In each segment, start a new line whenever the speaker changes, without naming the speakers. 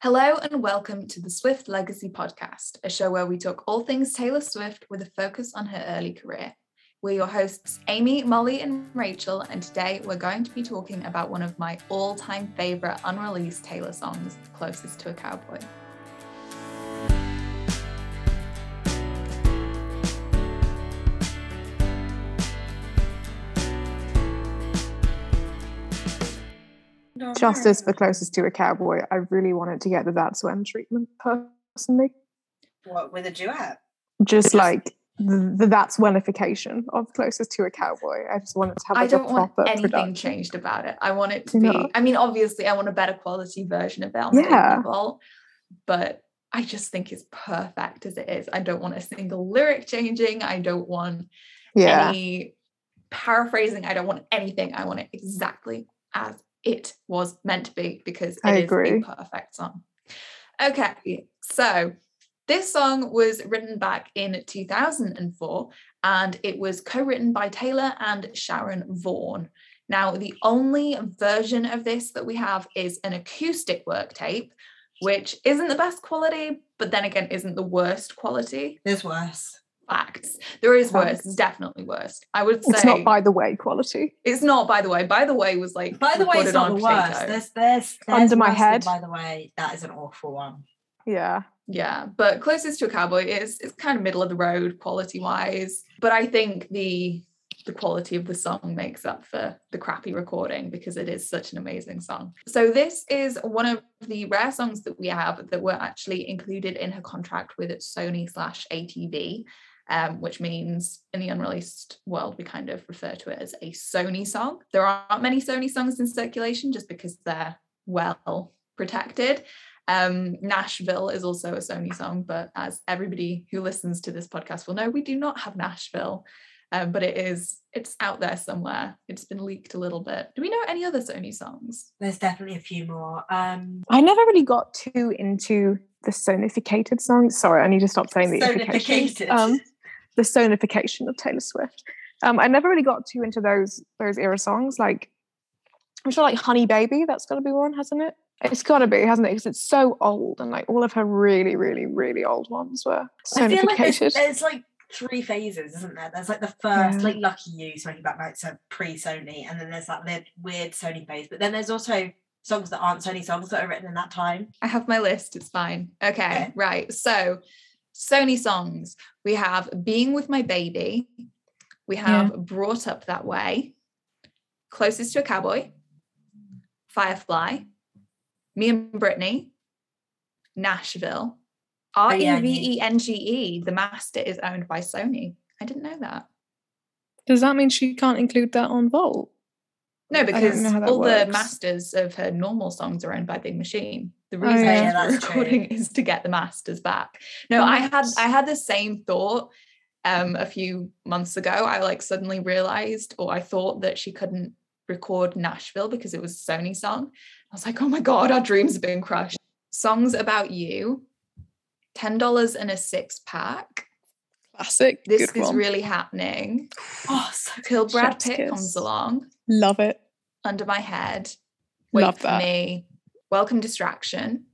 Hello and welcome to the Swift Legacy Podcast, a show where we talk all things Taylor Swift with a focus on her early career. We're your hosts, Amy, Molly, and Rachel, and today we're going to be talking about one of my all time favourite unreleased Taylor songs, Closest to a Cowboy.
Justice for closest to a cowboy. I really wanted to get the that's when treatment personally.
What with a duet?
Just like the, the that's wenification of closest to a cowboy. I just wanted to have.
I
like,
don't
a
want
proper
anything
production.
changed about it. I want it to
Do
be,
you not?
I mean, obviously, I want a better quality version of it on
Yeah.
the vault, but I just think it's perfect as it is. I don't want a single lyric changing. I don't want
Yeah,
any paraphrasing. I don't want anything. I want it exactly as it was meant to be because it is
I agree.
a perfect song. Okay, so this song was written back in 2004 and it was co written by Taylor and Sharon Vaughan. Now, the only version of this that we have is an acoustic work tape, which isn't the best quality, but then again, isn't the worst quality.
There's worse.
Facts. There is
Facts.
worse. It's definitely worse. I would say
it's not by the way quality.
it's not, by the way. By the way was like
By the way,
recorded
it's not the
on
worst.
potato.
There's, there's, there's
Under my
worse than
head.
By the way, that is an awful one.
Yeah,
Yeah, but closest to a cowboy is it's kind of middle of the road quality wise. But I think the the quality of the song makes up for the crappy recording because it is such an amazing song. So this is one of the rare songs that we have that were actually included in her contract with Sony slash ATV, um, which means in the unreleased world we kind of refer to it as a Sony song. There aren't many Sony songs in circulation just because they're well protected. Um, Nashville is also a Sony song, but as everybody who listens to this podcast will know, we do not have Nashville. Um, but it is it's out there somewhere. It's been leaked a little bit. Do we know any other Sony songs?
There's definitely a few more. Um,
I never really got too into the sonificated songs. Sorry, I need to stop saying the
Sonificated.
ifications. Um, the sonification of Taylor Swift. Um, I never really got too into those those era songs. Like I'm sure, like Honey Baby. That's got to be one, hasn't it? It's got to be, hasn't it? Because it's so old, and like all of her really, really, really old ones were
I feel like
sonificated.
there's, there's like three phases, isn't there? There's like the first,
Yeah.
like Lucky You, Smoking Black Night, so pre-Sony, and then there's that weird, weird Sony phase. But then there's also songs that aren't Sony songs that are written in that time.
I have my list. It's fine. Okay,
Okay.
right. So, Sony songs. We have "Being with My Baby." We have "Brought Up That Way," "Closest to a Cowboy," "Firefly," "Me and Brittany," "Nashville," R
Oh, yeah,
E
I knew-
V E N G E. The master is owned by Sony. I didn't know that.
Does that mean she can't include that on Vault?
No,
don't
because
know how that
all the
works.
masters of her normal songs are owned by Big Machine. The
Oh,
reason
yeah. Oh,
Yeah,
she's
that's true.
recording is to get the masters back. No, I had
Nice.
I had the same thought um a few months ago. I like suddenly realized or I thought that she couldn't record Nashville because it was a Sony song. I was like, oh my god, our dreams have been crushed. Songs about you, ten dollars and a six pack.
Classic.
This is really happening.
Oh, so
Till Brad
Chef's
Pitt
kiss.
comes along
Love it.
under my head. Wait
Love
for
that.
me. Welcome distraction.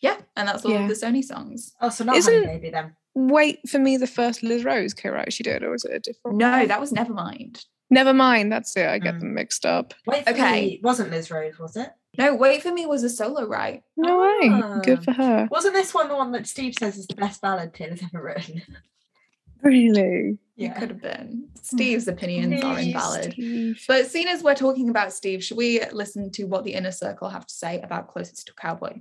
Yeah, and that's all
Yeah.
of the Sony songs.
oh, so not
Isn't-
Honey Baby then.
Wait for me. The first Liz Rose co-wrote she did, or was it a different?
No,
one?
that was never mind.
Never mind. That's it. I get
Mm.
them mixed up.
Wait for
Okay.
me. Wasn't Liz Rose? Was it?
No, wait for me was a solo right.
No way.
Ah.
Good for her.
Wasn't this one the one that Steve says is the best ballad Taylor's ever written?
Really?
It could have been.
Hmm.
Steve's opinions are
Please,
invalid. But seeing as we're talking about Steve, should we listen to what the inner circle have to say about closest to cowboy?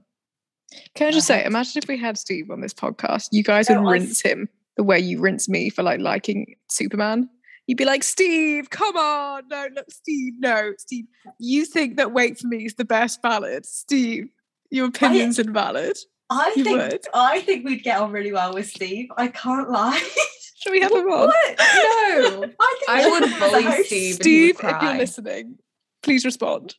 Can I just say,
Right.
imagine if we had Steve on this podcast, you guys
No,
would
I-
rinse him the way you rinse me for like liking Superman. You'd be like, Steve, come on, no, look, Steve, no, Steve, you think that Wait for Me is the best ballad, Steve. Your opinion's invalid.
I
You
think
would.
I think we'd get on really well with Steve. I can't lie.
Shall we have him on?
No.
I, think
I would bully Steve.
No.
and he would
Steve, if
cry.
you're listening, please respond.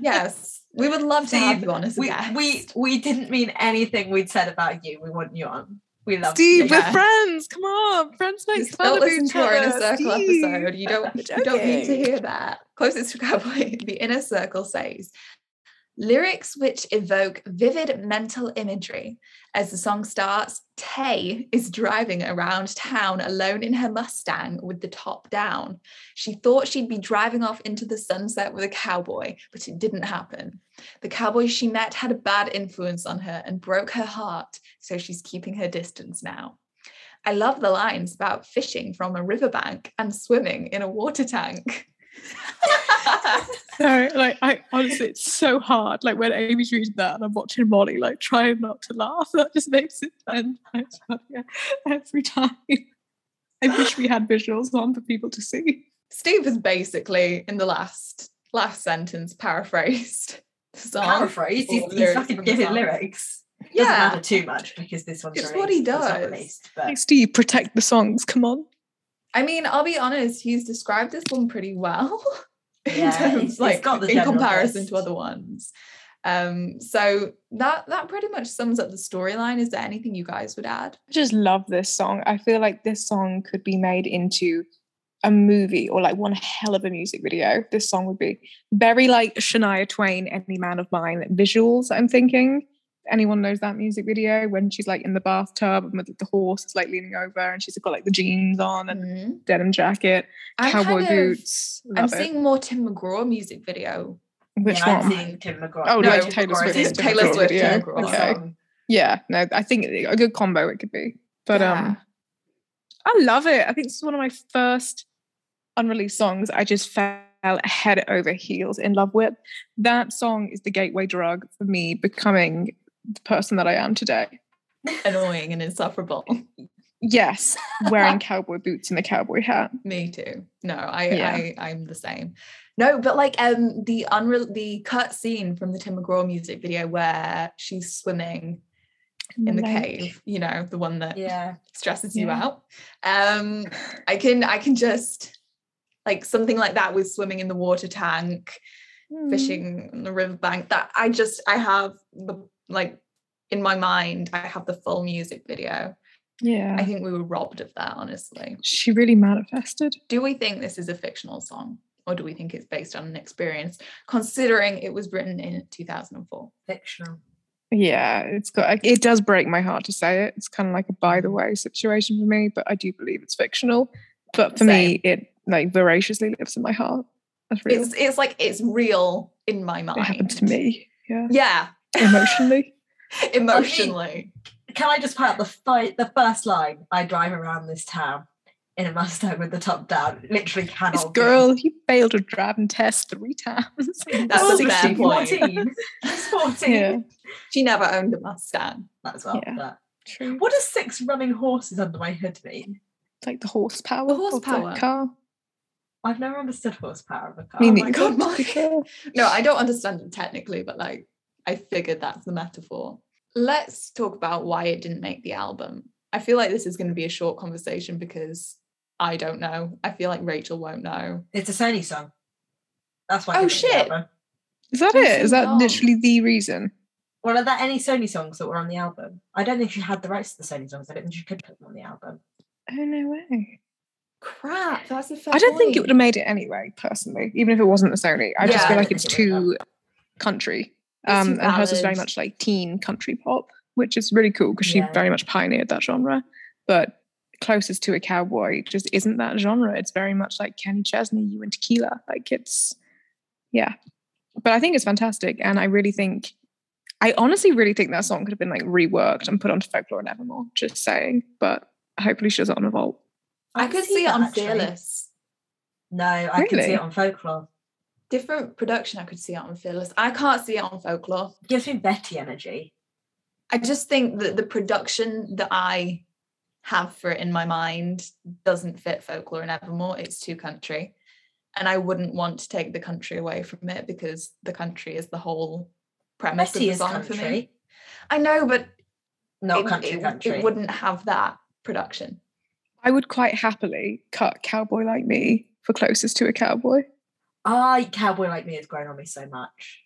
yes. We would love to have
Steve,
you on as a
We,
guest.
we we didn't mean anything we'd said about you. We want you on. We love
Steve,
Yeah.
we're friends. Come on, friends
You
make fun
still
of
listen
each
to our inner
other.
circle
Steve.
episode. You don't, you don't need to hear that. Closest to cowboy, the inner circle says, Lyrics which evoke vivid mental imagery. As the song starts, Tay is driving around town alone in her Mustang with the top down. She thought she'd be driving off into the sunset with a cowboy, but it didn't happen. The cowboy she met had a bad influence on her and broke her heart, so she's keeping her distance now. I love the lines about fishing from a riverbank and swimming in a water tank.
No, like I honestly, it's so hard. Like when Amy's reading that and I'm watching Molly, like trying not to laugh, that just makes it ten times funnier every time. I wish we had visuals on for people to see.
Steve has basically, in the last last sentence, paraphrased the song.
Paraphrase. He's,
Or
he's
lyrics
fucking
from the
giving
song.
lyrics. Doesn't
Yeah,
matter too much because this one's
It's what he
released- it's not
does.
released, but-
Hey, Steve, protect the songs. Come on.
I mean, I'll be honest. He's described this one pretty well in
Yeah,
terms,
it's- it's
like
got the
in
general
comparison
gist.
to other ones. Um, so that that pretty much sums up the storyline. Is there anything you guys would add?
I just love this song. I feel like this song could be made into a movie or like one hell of a music video. This song would be very like Shania Twain, Any Man of Mine visuals. I'm thinking. Anyone knows that music video when she's like in the bathtub and with the horse is like leaning over and she's got like the jeans on and
Mm-hmm.
Mhm.
denim jacket,
I'm
cowboy
kind of-
boots.
I'm
Love it.
seeing more Tim McGraw music video.
Which
yeah,
one?
I'm seeing Tim McGraw.
Oh,
No,
like Taylor
McGraw
Swift.
Swift's
did
Taylor
Taylor
Swift,
Swift.
Tim
Video.
McGraw.
Okay.
song.
Yeah. No, I think a good combo it could be. But um. I love it. I think this is one of my first unreleased songs. I just fell head over heels in love with. That song is the gateway drug for me becoming the person that I am today.
Yeah. annoying and insufferable.
Yes, wearing cowboy boots and a cowboy hat.
Me too. No, I,
Yeah.
I I'm the same. No, but like um the unre- the cut scene from the Tim McGraw music video where she's swimming in the cave, you know, the one that
Yeah.
stresses you
Yeah.
out. Um I can I can just like something like that with swimming in the water tank,
Mm.
fishing on the riverbank. That I just I have the like in my mind, I have the full music video. I
Yeah.
think we were robbed of that, honestly.
She really manifested.
do we think this is a fictional song or do we think it's based on an experience considering it was written in 2004
Fictional.
Yeah, it's got. like, It does break my heart to say it. It's kind of like a by the way situation for me, but I do believe it's fictional. But for me, it like voraciously lives in my heart. That's real.
it's it's like it's real in my mind
it happened to me. Yeah,
yeah
emotionally.
emotionally
Can I just point out the fi- the first line? I drive around this town in a Mustang with the top down. Literally
Oh,
cannot.
this
be.
girl, he failed a driving test three times.
That's
Oh,
a fair
she's
point.
Fourteen. She's fourteen.
yeah,
she never owned a mustang
That's well.
Yeah.
but-
true.
What does six running horses under my hood mean?
Like the horsepower,
The
of
horsepower. Oh
car.
I've never understood horsepower of a car. Oh
Me
Like,
neither.
God, Molly.
To be fair.
no i don't understand it technically but like i figured that's the metaphor let's talk about why it didn't make the album i feel like this is going to be a short conversation because i don't know i feel like rachel won't know
It's a Sony song. That's why.
Oh,
it didn't
shit.
get done.
Is that
I'm
it?
so
Is that
dumb.
literally the reason?
Well, are there any Sony songs that were on the album? I don't think she had the rights to the Sony songs. I don't think she could put them on the album.
Oh no way!
crap that's a fair
I don't think it
point.
would have made it anyway. Personally, even if it wasn't a Sony, I just
Yeah.
feel like it's
It would've.
too country.
It's
Um,
too
and hers was very
balanced.
much like teen country pop, which is really cool because she
Yeah.
very much pioneered that genre. But closest to a cowboy just isn't that genre. It's very much like Kenny Chesney, you and tequila. Like it's, yeah. But I think it's fantastic, and I really think, I honestly really think that song could have been like reworked and put onto folklore and evermore. Just saying, but hopefully she does it on a vault.
I could see it
that,
on
actually.
Fearless.
No, I could see
Really?
it on folklore.
Different production, I could see it on Fearless. I can't see it on Folklore.
gives me Betty energy.
I just think that the production that I have for it in my mind doesn't fit Folklore and Evermore. It's too country. And I wouldn't want to take the country away from it because the country is the whole premise
Betty
of
is
the song for me.
country,
I know, but
not
it,
country
it-
country.
it wouldn't have that production.
I would quite happily cut Cowboy Like Me for closest to a cowboy.
I cowboy like me has grown on me so much.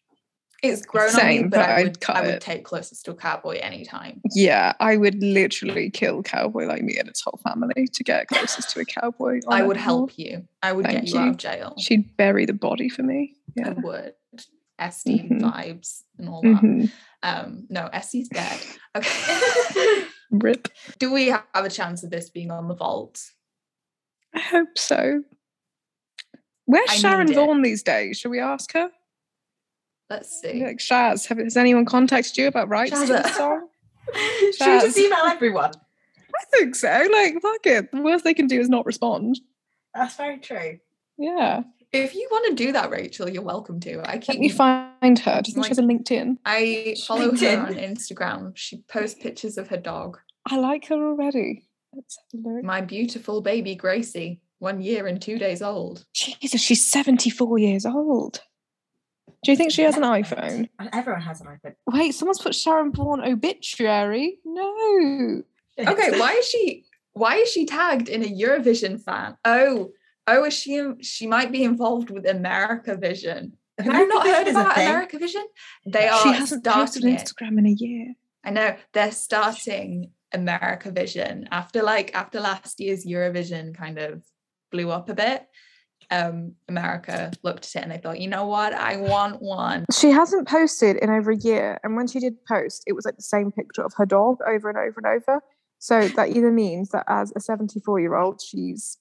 It's grown on me,
Same,
but,
but
I
I'd
would
cut
I would
it.
take closest to a cowboy anytime.
Yeah, I would literally kill Cowboy Like Me and its whole family to get closest to a cowboy. on
I
that
would
hill.
help you. I would
Thank
get you out
you.
of jail.
She'd bury the body for me.
I
Yeah.
would. SD
Mm-hmm.
Mhm.
vibes and all that.
Mhm.
Um, no, SD's dead. Okay.
Rip.
Do we have a chance of this being on the vault?
I hope so. Where's
I need
Sharon
it.
Vaughan these days? Should we ask her?
Let's see.
Like, Shaz, have, has anyone contacted you about rights to
Shaz. uh,
this song?
Should we
Shaz.
just email everyone?
I think so. Like, fuck it. The worst they can do is not respond.
That's very true.
Yeah.
If you want to do that, Rachel, you're welcome to. I
Let
keep
me find her. Do you think she
Like-
has a LinkedIn?
I follow her
LinkedIn.
on Instagram. She posts pictures of her dog.
I like her already. Let's have a look.
My beautiful baby Gracie, one year and two days old.
Jesus, she's 74 years old. Do you think she has an iPhone?
And Everyone has an iPhone.
Wait, someone's put Sharon Bourne obituary? No.
Okay, why is she why is she tagged in a Eurovision fan? Oh, oh, is she she might be involved with America Vision. Have you not
America
heard
Vision is a
about
thing.
America Vision? They
No.
are
she hasn't posted
starting
on
it.
Instagram in a year.
I know they're starting America Vision after like after last year's Eurovision kind of blew up a bit. Um, America looked at it and they thought, you know what, I want one.
She hasn't posted in over a year. And when she did post, it was like the same picture of her dog over and over and over. So that either means that as a 74 year old, she's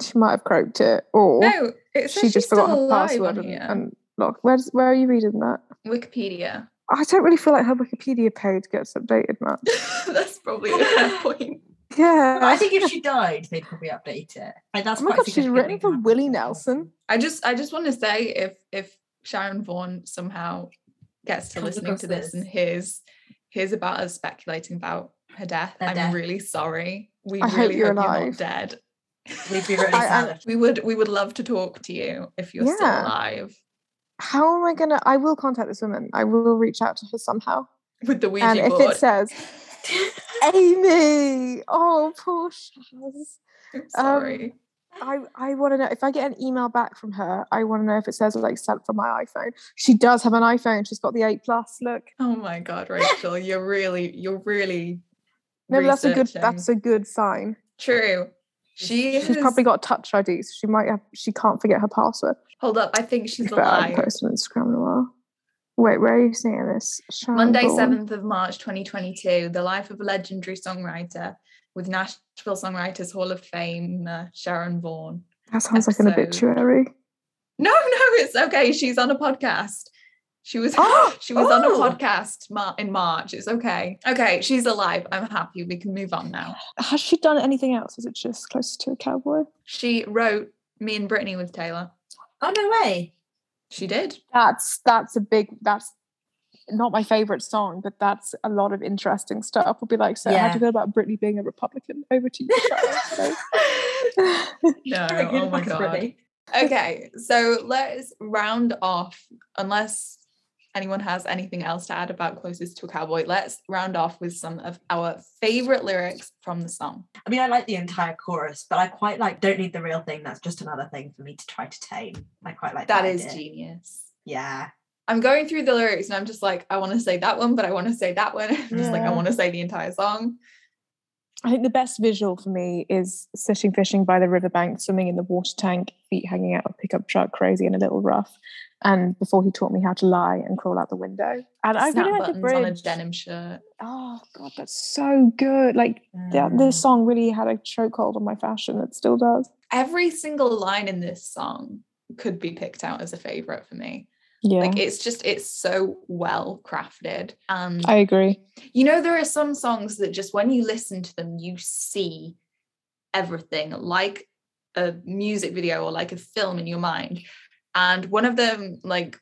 she might have croaked it or
No, it says
Oh, she
she's
just forgot
still
her
alive
password
on
and,
here.
and look. Where's, where are you reading that?
Wikipedia.
I don't really feel like her Wikipedia page gets updated much.
That's probably a fair point.
Yeah.
I think if she died, they'd probably update it. Like, that's
Oh my
quite
God, she's
significant
written
thing
for
to happen.
Willie Nelson.
I just I just want to say if if Sharon Vaughan somehow gets to
Comes
listening to
across
this
this.
and hears hears about us speculating about her death,
Her
I'm
death.
really sorry. We
I hope
really
you're
hope you're not
alive.
dead.
We'd be really
I- I-
sad. if-
We would we would love to talk to you if you're still
Yeah.
alive
How am I gonna? I will contact this woman. I will reach out to her somehow.
with the Ouija
and if
board.
it says Amy, oh poor Shaz,
I'm sorry.
I I want to know if I get an email back from her. I want to know if it says like sent from my iPhone. She does have an iPhone. She's got the eight plus. Look,
oh my god, Rachel, you're really you're really
no, but that's a good.
researching.
That's a good sign.
true. She
She's
has,
probably got Touch ID, so she might have. She can't forget her password.
hold up. I think she's
But I
alive.
haven't posted on Instagram in a while. Wait, where are you seeing this?
Oh,
Sharon
Monday,
Bourne.
7th of March 2022, the life of a legendary songwriter with Nashville Songwriters Hall of Fame, uh, Sharon Vaughan.
That sounds like an
episode.
obituary.
No, no, it's okay. She's on a podcast. She was
Oh,
she was on a
oh.
podcast mar- in March. It's okay. Okay, she's alive. I'm happy. We can move on now.
Has she done anything else? Is it just close to a cowboy?
She wrote Me and Brittany with Taylor.
oh no way!
She did.
That's that's a big that's not my favorite song, but that's a lot of interesting stuff. We'll be like, so how do
Yeah.
you feel about Britney being a Republican? Over to you. Charlotte. So-
No,
Like, who the
oh my
fuck is
god.
Britney?
Okay, so let's round off, unless anyone has anything else to add about Closest to a Cowboy, let's round off with some of our favorite lyrics from the song.
I mean, I like the entire chorus, but I quite like "Don't Need the Real Thing." That's just another thing for me to try to tame. I quite like that.
That is
idea.
genius.
yeah.
I'm going through the lyrics and I'm just like, I want to say that one, but I want to say that one. I'm just like, I
Yeah.
want to say the entire song.
I think the best visual for me is sitting fishing by the riverbank, swimming in the water tank, feet hanging out of pickup truck, crazy and a little rough. And before he taught me how to lie and crawl out the window. And I
Snap
really like the
buttons on a
bridge.
denim shirt.
Oh god, that's so good. Like that,
Mm.
this song really had a chokehold on my fashion. It still does.
Every single line in this song could be picked out as a favorite for me.
Yeah,
Like it's just, it's so well crafted. And
I agree.
You know, there are some songs that just when you listen to them, you see everything like a music video or like a film in your mind. And one of them, like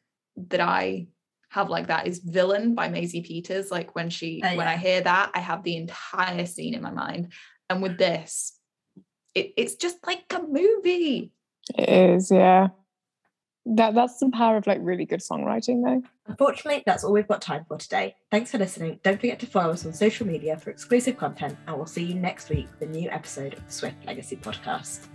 that I have like that is Villain by Maisie Peters. Like when she
Oh,
when
yeah.
I hear that, I have the entire scene in my mind. And with this, it, it's just like a movie.
It is. Yeah, that that's the power of like really good songwriting, though.
Unfortunately, that's all we've got time for today. Thanks for listening. Don't forget to follow us on social media for exclusive content, and we'll see you next week with a new episode of the Swift Legacy Podcast.